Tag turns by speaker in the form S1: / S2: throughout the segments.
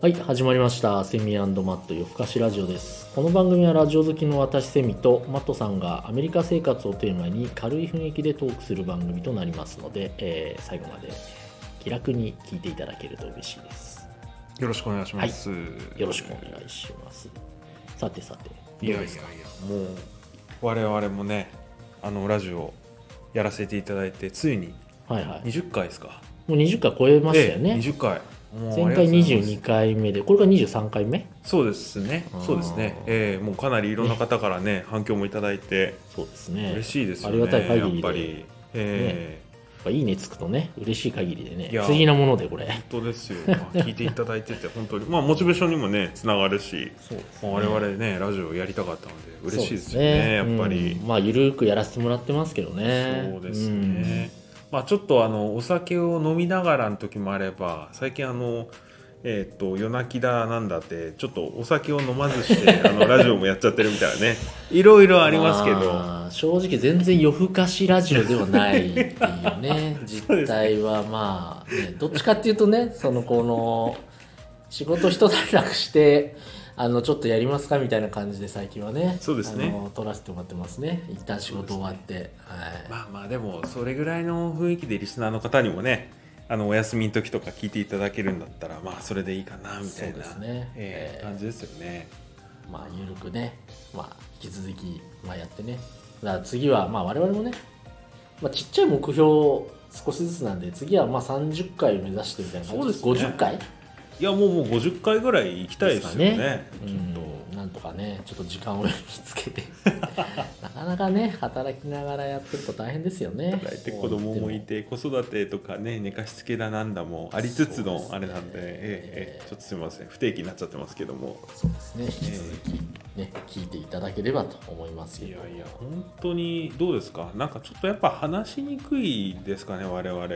S1: はい、始まりました。セミマット夜更かしラジオです。この番組はラジオ好きの私セミとマットさんがアメリカ生活をテーマに軽い雰囲気でトークする番組となりますので、えー最後まで気楽に聞いていただけると嬉しいです。
S2: よろしくお願いします。
S1: よろしくお願いします。さてさて、
S2: いやいやいや、
S1: もう、
S2: 我々もね、あのラジオやらせていただいて、ついに
S1: はいはい。も
S2: 20回ですか。
S1: う20回超えましたよ
S2: ええ
S1: ね。
S2: 20回。
S1: 前
S2: もう
S1: 回
S2: ありがとうござい
S1: 22
S2: ます
S1: 回目で、これが23回目
S2: そうですね
S1: あー。
S2: そうですね。ええもうかなりいろんな方からね、反響もいただいて、
S1: そうですね。
S2: 嬉しいですよね。
S1: ありがたい限りで
S2: やっぱり。ええ
S1: やっぱいいねつくとね、嬉しい限りでね、
S2: い
S1: 不
S2: や
S1: 思議なものでこれ。
S2: 本当ですよ。まあ聞いていただいて て、本当に、まあ、モチベーションにもね、つながるし。
S1: そうです
S2: まあ我々ね、ラジオやりたかったので、嬉しいですよ
S1: そう
S2: ね。
S1: で
S2: やっ
S1: す
S2: ぱり。
S1: うんまあゆるくやらせてもらってますけどね
S2: そうですね、まあ、ちょっとあのお酒を飲みながらの時もあれば最近あのえっ、と夜泣きだなんだってちょっとお酒を飲まずして あのラジオもやっちゃってるみたいなねいろいろ
S1: うん
S2: ありますけど
S1: まあ正直全然夜更かしラジオではない っていうね
S2: う
S1: 実
S2: です
S1: 態はまあ、ね、どっちかっていうとねそのこの仕事一段落してあのちょっとやりますかみたいな感じで最近はね
S2: そうですね
S1: あの撮らせてもらってますね一旦仕事終わって、はい、
S2: まあまあでもそれぐらいの雰囲気でリスナーの方にもねあのお休みの時とか聞いていただけるんだったらまあそれでいいかなみたい
S1: そう
S2: な
S1: ですねえ
S2: ええ
S1: え
S2: 感じですよね
S1: まあ、ゆるくね、まあ、引き続き、まあ、やってね。だから次は、まあ、我々もね、まあ、ちっちゃい目標、少しずつなんで、次は、まあ、30回目指してみたいな感じ
S2: そうですね
S1: 50回
S2: いやもうもう50回ぐらい行きたいですよ
S1: ですか
S2: ね
S1: う
S2: ちょっ
S1: ん
S2: と、
S1: なんとかね、ちょっと時間を 見つけ て、なかなかね、働きながらやってると大変ですよね。
S2: 働いて子供もいて子育てとかね寝かしつけだなんだもありつつのあれな
S1: そうですね
S2: んでええええちょっとすみません不定期になっちゃってますけども
S1: そうですね、引き続き、ね、聞いていただければと思いますけ
S2: い
S1: ど
S2: やいや本当にどうですかなんかちょっとやっぱ話しにくいですかね我々、
S1: う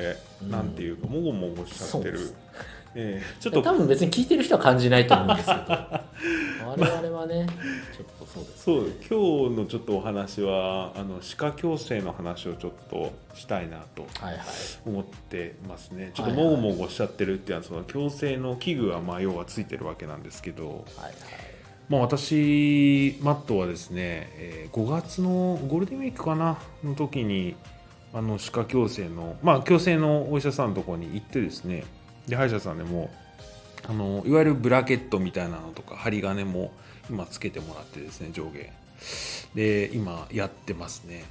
S1: ん
S2: なんていうかもごもごしちゃって
S1: そうで
S2: る
S1: す、
S2: ええちょっ
S1: 多
S2: と
S1: 分別に聞いてる人は感じないと思うんです けど、我々はね、ちょっとそうですね
S2: そう今日のちょっとお話はあの歯科矯正の話をちょっとしたいなと
S1: はいはい。
S2: 思ってますねちょっ
S1: は
S2: と
S1: いはい
S2: もごもごしちゃってるっていうのはその矯正の器具がまあ要はついてるわけなんですけど
S1: はいはい。
S2: まあ、私、マットはですね、えー5月のゴールデンウィークかな、の時に、あの歯科矯正の、まあ、矯正のお医者さんのところに行ってですね、で歯医者さんでもあの、いわゆるブラケットみたいなのとか、針金も今、つけてもらってですね、上下。で、今、やってますね。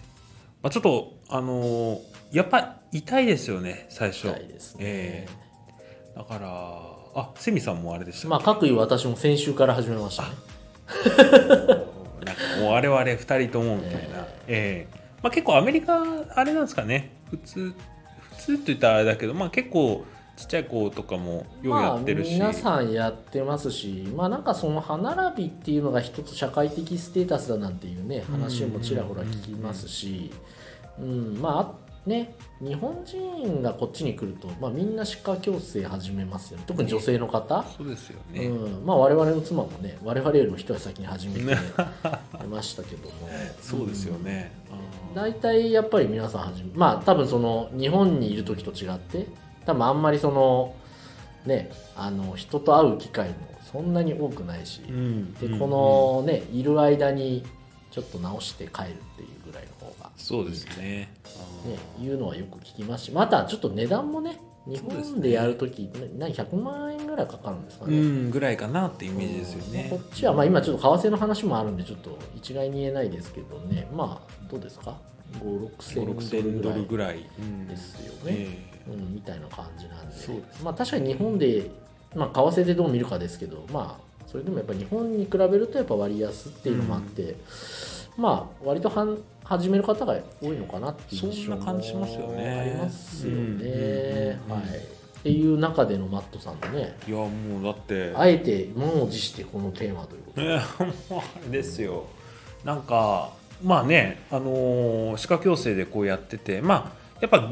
S2: まあ、ちょっと、あのやっぱ痛いですよね、最初。
S1: 痛いですね。
S2: えーだから、あセミさんもあれでしたっけ
S1: まあ、各位私も先週から始めましたね。
S2: なんかもう我々2人ともみ たいな、ええまあ、結構アメリカあれなんですかね普通普通って言ったらあれだけど、まあ、結構ちっちゃい子とかもようや
S1: まあ、
S2: ってるし、
S1: 皆さんやってますし、まあ、なんかその歯並びっていうのが一つ社会的ステータスだなんていうね、話もちらほら聞きますし、うん、まあ、ね、日本人がこっちに来ると、まあ、みんな歯科矯正始めますよね。特に女性の方。
S2: そうですよね、
S1: うん、まあ我々の妻もね我々よりも一足先に始めてましたけども
S2: そうですよね、あー
S1: 大体やっぱり皆さん始めまあ多分その日本にいる時と違って多分あんまりそのねあの人と会う機会もそんなに多くないし、
S2: うん
S1: でこのねいる間にちょっと直して帰るっていうぐらいの方が、
S2: そうですねあー
S1: ね、いうのはよく聞きますしまたちょっと値段もね日
S2: そうです
S1: 本で
S2: ね
S1: やる時、な何100万円ぐらいかかるんですか
S2: う
S1: ね、
S2: んぐらいかなってイメージですよね
S1: まあこっちはまあ今ちょっと為替の話もあるんでちょっと一概に言えないですけどねまあどうですか5 6
S2: 56000
S1: 0ド
S2: ドル
S1: ル
S2: ぐ
S1: ぐらい
S2: らいうん
S1: ですよね、
S2: ええ
S1: うん、みたいな感じなんで
S2: そうです
S1: まあ確かに日本で、まあ、為替でどう見るかですけどまあそれでもやっぱ日本に比べるとやっぱ割安っていうのもあって、まあ割とはん始める方が多いのかなっていう印象
S2: そんな感じしますよね
S1: ありますよね、
S2: うんうんうんうん
S1: はいっていう中でのマットさんのね
S2: いやもうだって
S1: あえて満を持してこのテーマということで
S2: ねもうあれ ですよなんかまあね、あのー歯科矯正でこうやっててまあやっぱぐ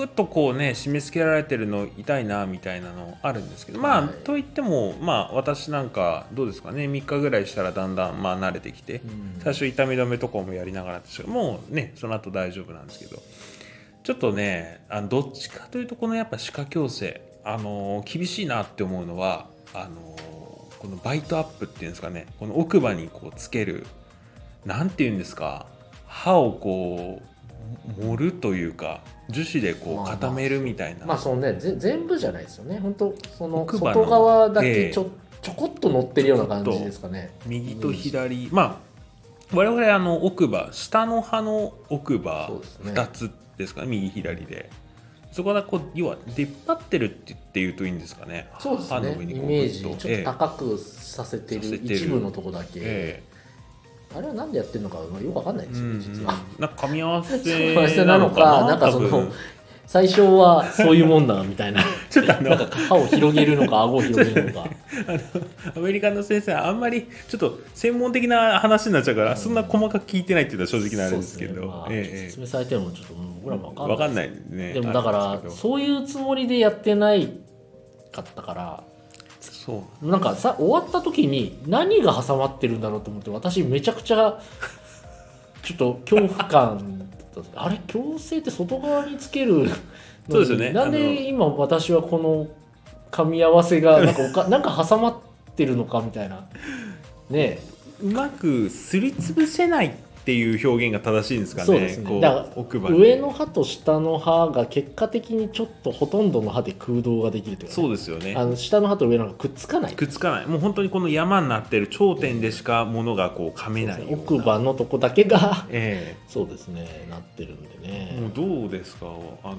S2: ーっとこうね締め付けられてるの痛いなみたいなのあるんですけどまあ、
S1: はい
S2: といってもまあ私なんかどうですかね3日ぐらいしたらだんだんまあ慣れてきて、
S1: うん
S2: 最初痛み止めとかもやりながらですけどもうねその後大丈夫なんですけどちょっとねあのどっちかというとこのやっぱ歯科矯正あのー厳しいなって思うのはあのこのバイトアップっていうんですかねこの奥歯にこうつけるなんていうんですか歯をこう盛るというか樹脂で
S1: ま
S2: こ
S1: あ
S2: う
S1: まあ
S2: 固めるみたいな、
S1: まあそのねぜ全部じゃないですよね本当その
S2: 奥歯の
S1: 外側だけちょ,、
S2: え
S1: ちょこっと乗ってるような感じですかね
S2: 右と左、まあ我々あの奥歯下の歯の奥歯
S1: そうですね
S2: 2つですかね右左でそこがこう要は出っ張ってるって言って言うといいんですかね
S1: そうです
S2: 歯の
S1: ね
S2: 上
S1: イ
S2: にこう
S1: メージち
S2: グ
S1: ょ
S2: ッ
S1: っと高くさせてる
S2: ええさせてる
S1: 一部のとこだけ、
S2: ええ
S1: あれはなんでやってるのかまあよくわかんないですよね、実は。
S2: なんか噛み合わせ
S1: そう合わせなのかなんかその
S2: 多分
S1: 最初はそういうもんだみたいな
S2: ちょっとあの
S1: なんか歯を広げるのか 顎を広げるのか
S2: アメリカの先生あんまりちょっと専門的な話になっちゃうから、
S1: うん
S2: そんな細かく聞いてないっていうのは正直なあれですけ
S1: そう
S2: ど、
S1: ねまあ
S2: え
S1: 説
S2: ええ
S1: 明されてもちょっと僕ら
S2: え
S1: も
S2: わ
S1: わか
S2: か
S1: ん
S2: ん
S1: ない
S2: ないね
S1: でもだ
S2: あれ
S1: から
S2: ですけど
S1: そういうつもりでやってないかったから
S2: そう
S1: なんかさ終わった時に何が挟まってるんだろうと思って私めちゃくちゃちょっと恐怖感だったあれ矯正って外側につけるのに
S2: そうですよね
S1: なんで今私はこの噛み合わせがなんかお かなんか挟まってるのかみたいなね
S2: うまくすりつぶせないっていう表現が正しいんですかね
S1: そうですね
S2: こう
S1: だから
S2: 奥歯に
S1: 上の歯と下の歯が結果的にちょっとほとんどの歯で空洞ができるというか
S2: そう
S1: ね
S2: ですよね
S1: あの下の歯と上の歯がくっつかない
S2: くっつかないもう本当にこの山になってる頂点でしかものがこう噛めないような
S1: 奥歯のとこだけが
S2: え
S1: そうですねなってるんで
S2: え
S1: ね、
S2: もうどうですかあの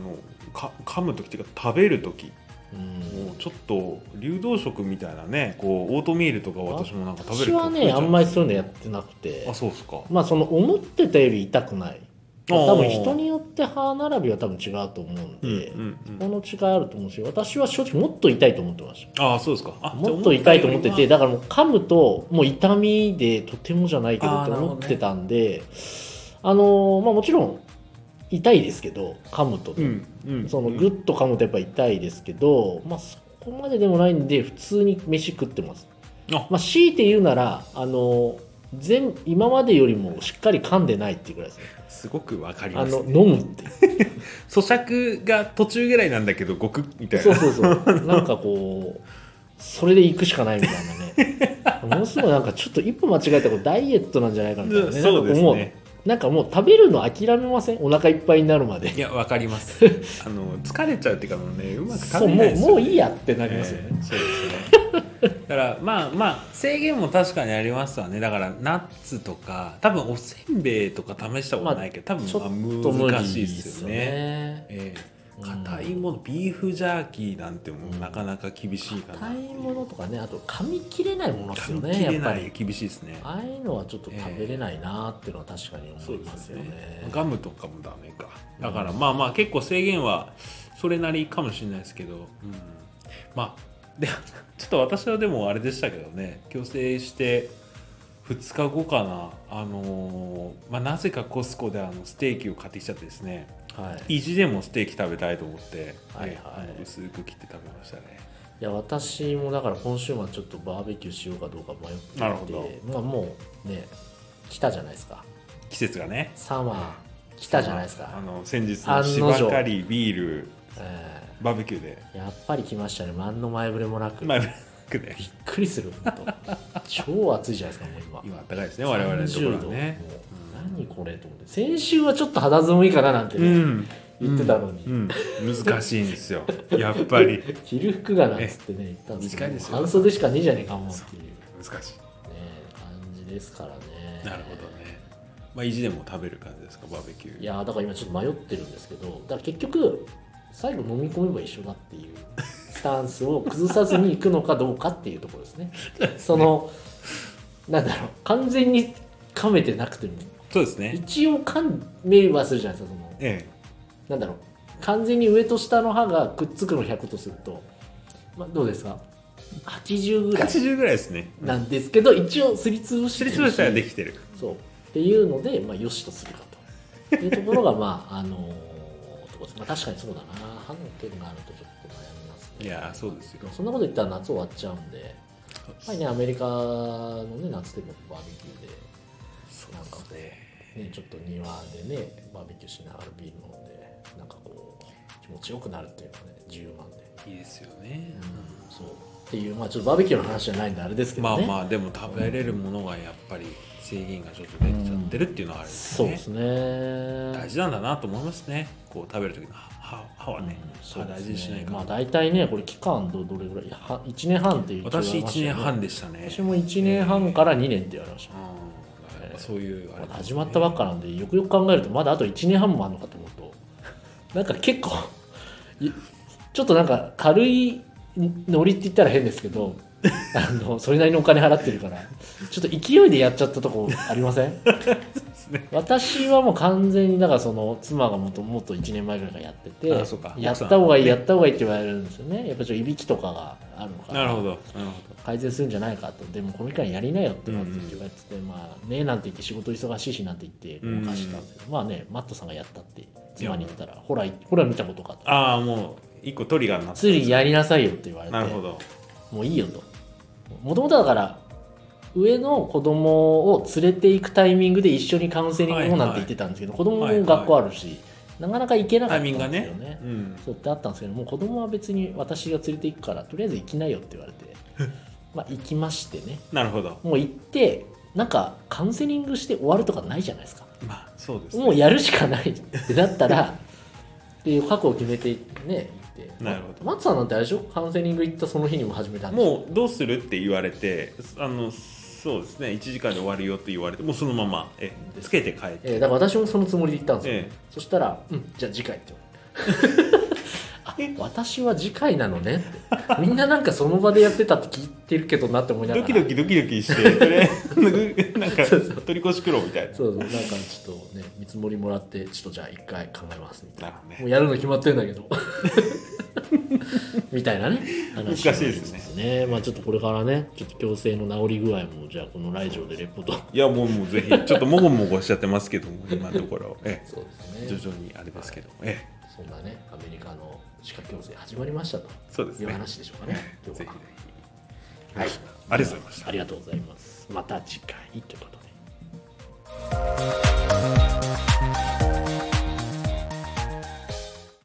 S2: か噛む時っていうか食べる時
S1: うん
S2: もうちょっと流動食みたいなねこうオートミールとか私もなんか食べる
S1: 私は
S2: 食え
S1: ね
S2: ちゃ
S1: あ
S2: うん
S1: まりそういうのやってなくて
S2: あそうですか
S1: まあその思ってたより痛くない
S2: あー
S1: 多分人によって歯並びは多分違うと思うんで、
S2: うんうんう
S1: こ
S2: ん
S1: の違いあると思うし私は正直もっと痛いと思ってまし
S2: あそうですかあ
S1: たもっと痛いと思ってて
S2: じ
S1: だ
S2: ゃ
S1: からもう噛むともう痛みでとてもじゃないけどっ
S2: あー
S1: て
S2: なるほ
S1: 思っ
S2: どね
S1: てたんであのーまあもちろん痛いですけど噛むとね、
S2: あうんうん
S1: そのグッと噛むとやっぱ痛いですけど、まあそこまででもないんで普通に飯食ってます
S2: あ
S1: まあ、強いて言うならあの全今までよりもしっかり噛んでないっていうぐらいですね
S2: すごくわかり
S1: あ
S2: ます
S1: の
S2: ね
S1: 飲むって
S2: 咀嚼が途中ぐらいなんだけどごくみたいな
S1: そうそうそうなんかこうそれで行くしかないみたい なねものすごいなんかちょっと一歩間違えたらこれダイエットなんじゃないかみたいなね
S2: うんそうです
S1: なんかこう
S2: ね
S1: もうなんかもう食べるの諦めませんお腹いっぱいになるまで
S2: いやわかります あの疲れちゃうっていうかもうねうまく
S1: そ
S2: 食
S1: う
S2: べ
S1: も
S2: ないうですよね
S1: もういいやってなりますよね、
S2: えーそうですねだからまあまあ制限も確かにありますわねだからナッツとか多分おせんべいとか試したことないけど、
S1: ちょっ
S2: 多
S1: と
S2: 分
S1: 無
S2: まあ
S1: 理
S2: 難し
S1: で
S2: いです
S1: す
S2: よ
S1: よ
S2: ね
S1: ね
S2: ええ
S1: うん
S2: 硬いものビーフジャーキーなんてもうなかなか厳しいかな
S1: 硬いものとかねあと噛み切れないものですよ
S2: 噛み
S1: ね
S2: 切
S1: やっ
S2: れ
S1: ぱ
S2: な
S1: り
S2: い厳しいですね
S1: ああいうのはちょっと食べれないなーっていうのは確かに
S2: そ
S1: 思
S2: う
S1: い
S2: で
S1: ます
S2: す
S1: よ
S2: よ
S1: ね。
S2: ねガムとかもダメかだからまあまあ結構制限はそれなりかもしれないですけど、うん、まあでちょっと私はでもあれでしたけどね強制して2日後かなあのーまあ、なぜかコスコであのステーキを買ってきちゃってですね
S1: はい、い
S2: 意地でもステーキ食べたいと思って、
S1: はいはい
S2: ねあの薄く切って食べましたね
S1: や私もだから今週末ちょっとバーベキューしようかどうか迷っていて
S2: なるほど
S1: まあ、もうね来たじゃないですか
S2: 季節がね
S1: サマー来たじゃないです
S2: あ
S1: か、
S2: の先日
S1: 案
S2: の
S1: の
S2: 芝
S1: 定
S2: 刈りビール
S1: え
S2: バーベキューで
S1: ーやっぱり来ましたね何の前触れもなく、
S2: まあ
S1: びっ
S2: バーベキューで
S1: くりする 本当超暑いじゃないですかもう今
S2: 今暖かいですね我々のところ
S1: 30度
S2: はね
S1: もう何これと思って先週はちょっと肌寒いかななんてね、
S2: ん、
S1: 言ってたのに
S2: うんうん難しいんですよやっぱり
S1: 着る服がなっつってね言ったんですけ
S2: 短い
S1: ど
S2: ですよ
S1: 半袖しかねえじゃねえかもうっていう
S2: 難し
S1: ね感じですからね
S2: いなるほどねまあ意地でも食べる感じですかバーベキュー
S1: いやーだから今ちょっと迷ってるんですけどだから結局最後飲み込めば一緒だっていうスタンスを崩さずに行くのかどうかっていうところですね そのなんだろう完全に噛めてなくても
S2: そうですね
S1: 一応噛めはするじゃないですかその
S2: え
S1: なんだろう完全に上と下の歯がくっつくの100とすると、まあ、どうですか80ぐ
S2: え
S1: らい
S2: 80ぐらいですね
S1: なんですけど一応すりつぶしてる
S2: 知り
S1: し
S2: つぶしたらできてる
S1: そうっていうので、まあ、よしとするかというところが まああのーとこですまあ、確かにそうだな歯の件があるとちょっと悩みますね
S2: いやーそうですよ
S1: そんなこと言ったら夏終わっちゃうんでやっぱりねアメリカの、ね、夏でもバーベキューでなんかこう、ね、ちょっと庭でねバーベキューしながらビール飲んでなんかこう気持ちよくなるっていうのはね自由なんで、
S2: いいですよね
S1: うん、そうっていう、まあ、ちょっとバーベキューの話じゃないんであれですけ
S2: ま
S1: ど
S2: あ
S1: ね、
S2: まあでも食べれるものがやっぱり制限がちょっと出ちゃってるっていうのはあるんです
S1: そう
S2: ね
S1: ですね
S2: 大事なんだなと思いますねこう食べる時の歯歯はね、
S1: そう
S2: 歯
S1: で
S2: 大
S1: す
S2: 事にしない
S1: ね
S2: か、な
S1: まあ大体ねこれ期間どどれぐらいは1年半っていう
S2: 私
S1: 一応
S2: 1
S1: 言
S2: 年
S1: われましたよね
S2: 半でしたね
S1: 私も1年半から2年って言われました
S2: うんやっぱそういうあれ、ね、
S1: 始まったばっかなんでよくよく考えるとまだあと1年半もあるのかと思うとなんか結構いちょっとなんか軽いノリって言ったら変ですけどあのそれなりのお金払ってるからちょっと勢いでやっちゃったとこありません私はもう完全にだからその妻がもっともっと1年前ぐらいからやって
S2: あ
S1: て
S2: そうか
S1: やった方がいい、
S2: 奥さんはね
S1: やった方がいいって言われるんですよねやっぱちょっといびきとかがあるのか
S2: なるほどなるほ
S1: 改善するんじゃないかとでもこの期間やりなよって思って言われてて、まあねえなんて言って仕事忙しいしなんて言ってごまかしたんですけど、まあねマットさんがやったって妻に言ったらほらほら見たことか
S2: ど
S1: と
S2: ああもう1個トリガーになって
S1: ついにやりなさいよって言われて
S2: なるほど
S1: もういいよともともとだから上の子供を連れて行くタイミングで一緒にカウンセリングもなんて言ってたんですけど、
S2: は
S1: 子
S2: い
S1: 供
S2: はい
S1: も学校あるし、なかなか行けなか
S2: タ
S1: った
S2: イ
S1: ん
S2: ミ
S1: です
S2: ング
S1: よ
S2: が
S1: ね
S2: ねうん
S1: そうってあったんですけどもう子供は別に私が連れて行くからとりあえず行きなよって言わ れてまあ行きましてね
S2: なるほど
S1: もう行ってなんかカウンセリングして終わるとかないじゃないですか
S2: まあそうです、ね、
S1: もうやるしかないってなったらっていう覚悟を決めてね行って
S2: なるほど
S1: 松さんなんてあれでしょカウンセリング行ったその日にも始めたんでしょ
S2: もうどうするって言われてあのそうですね1時間で終わるよって言われてもうそのままえつけて帰って、
S1: えーだから私もそのつもりで行ったんですよ、
S2: ええ
S1: そしたら「うんじゃあ次回」って言わ れてあ私は次回なのねってみんななんかその場でやってたって聞いてるけどなって思いなが
S2: ド
S1: ら
S2: キドキドキドキしてとりあえ ずなんか
S1: そうそう
S2: 取り越し苦労みたいな
S1: そうそうなんかちょっとね見積もりもらってちょっとじゃあ一回考えますみたいな
S2: なるほどね
S1: もうやるの決まってるんだけ どみたいなね
S2: 難しいですね
S1: 話をねまあちょっとこれからねちょっと強制の治り具合もじゃあこのラジオでレポート
S2: いやもうもうぜひちょっともごもごしちゃってますけども今のところええ
S1: そうです
S2: 徐
S1: ね
S2: 々にあれですけどもええ
S1: そんなねアメリカの歯科矯正始まりましたと
S2: そうです
S1: いう
S2: ね
S1: 話でしょうかね
S2: ぜ
S1: 今
S2: ひ
S1: 日
S2: ぜ
S1: は
S2: ひはいありがとうございました
S1: ありがとうございますまた次回ということで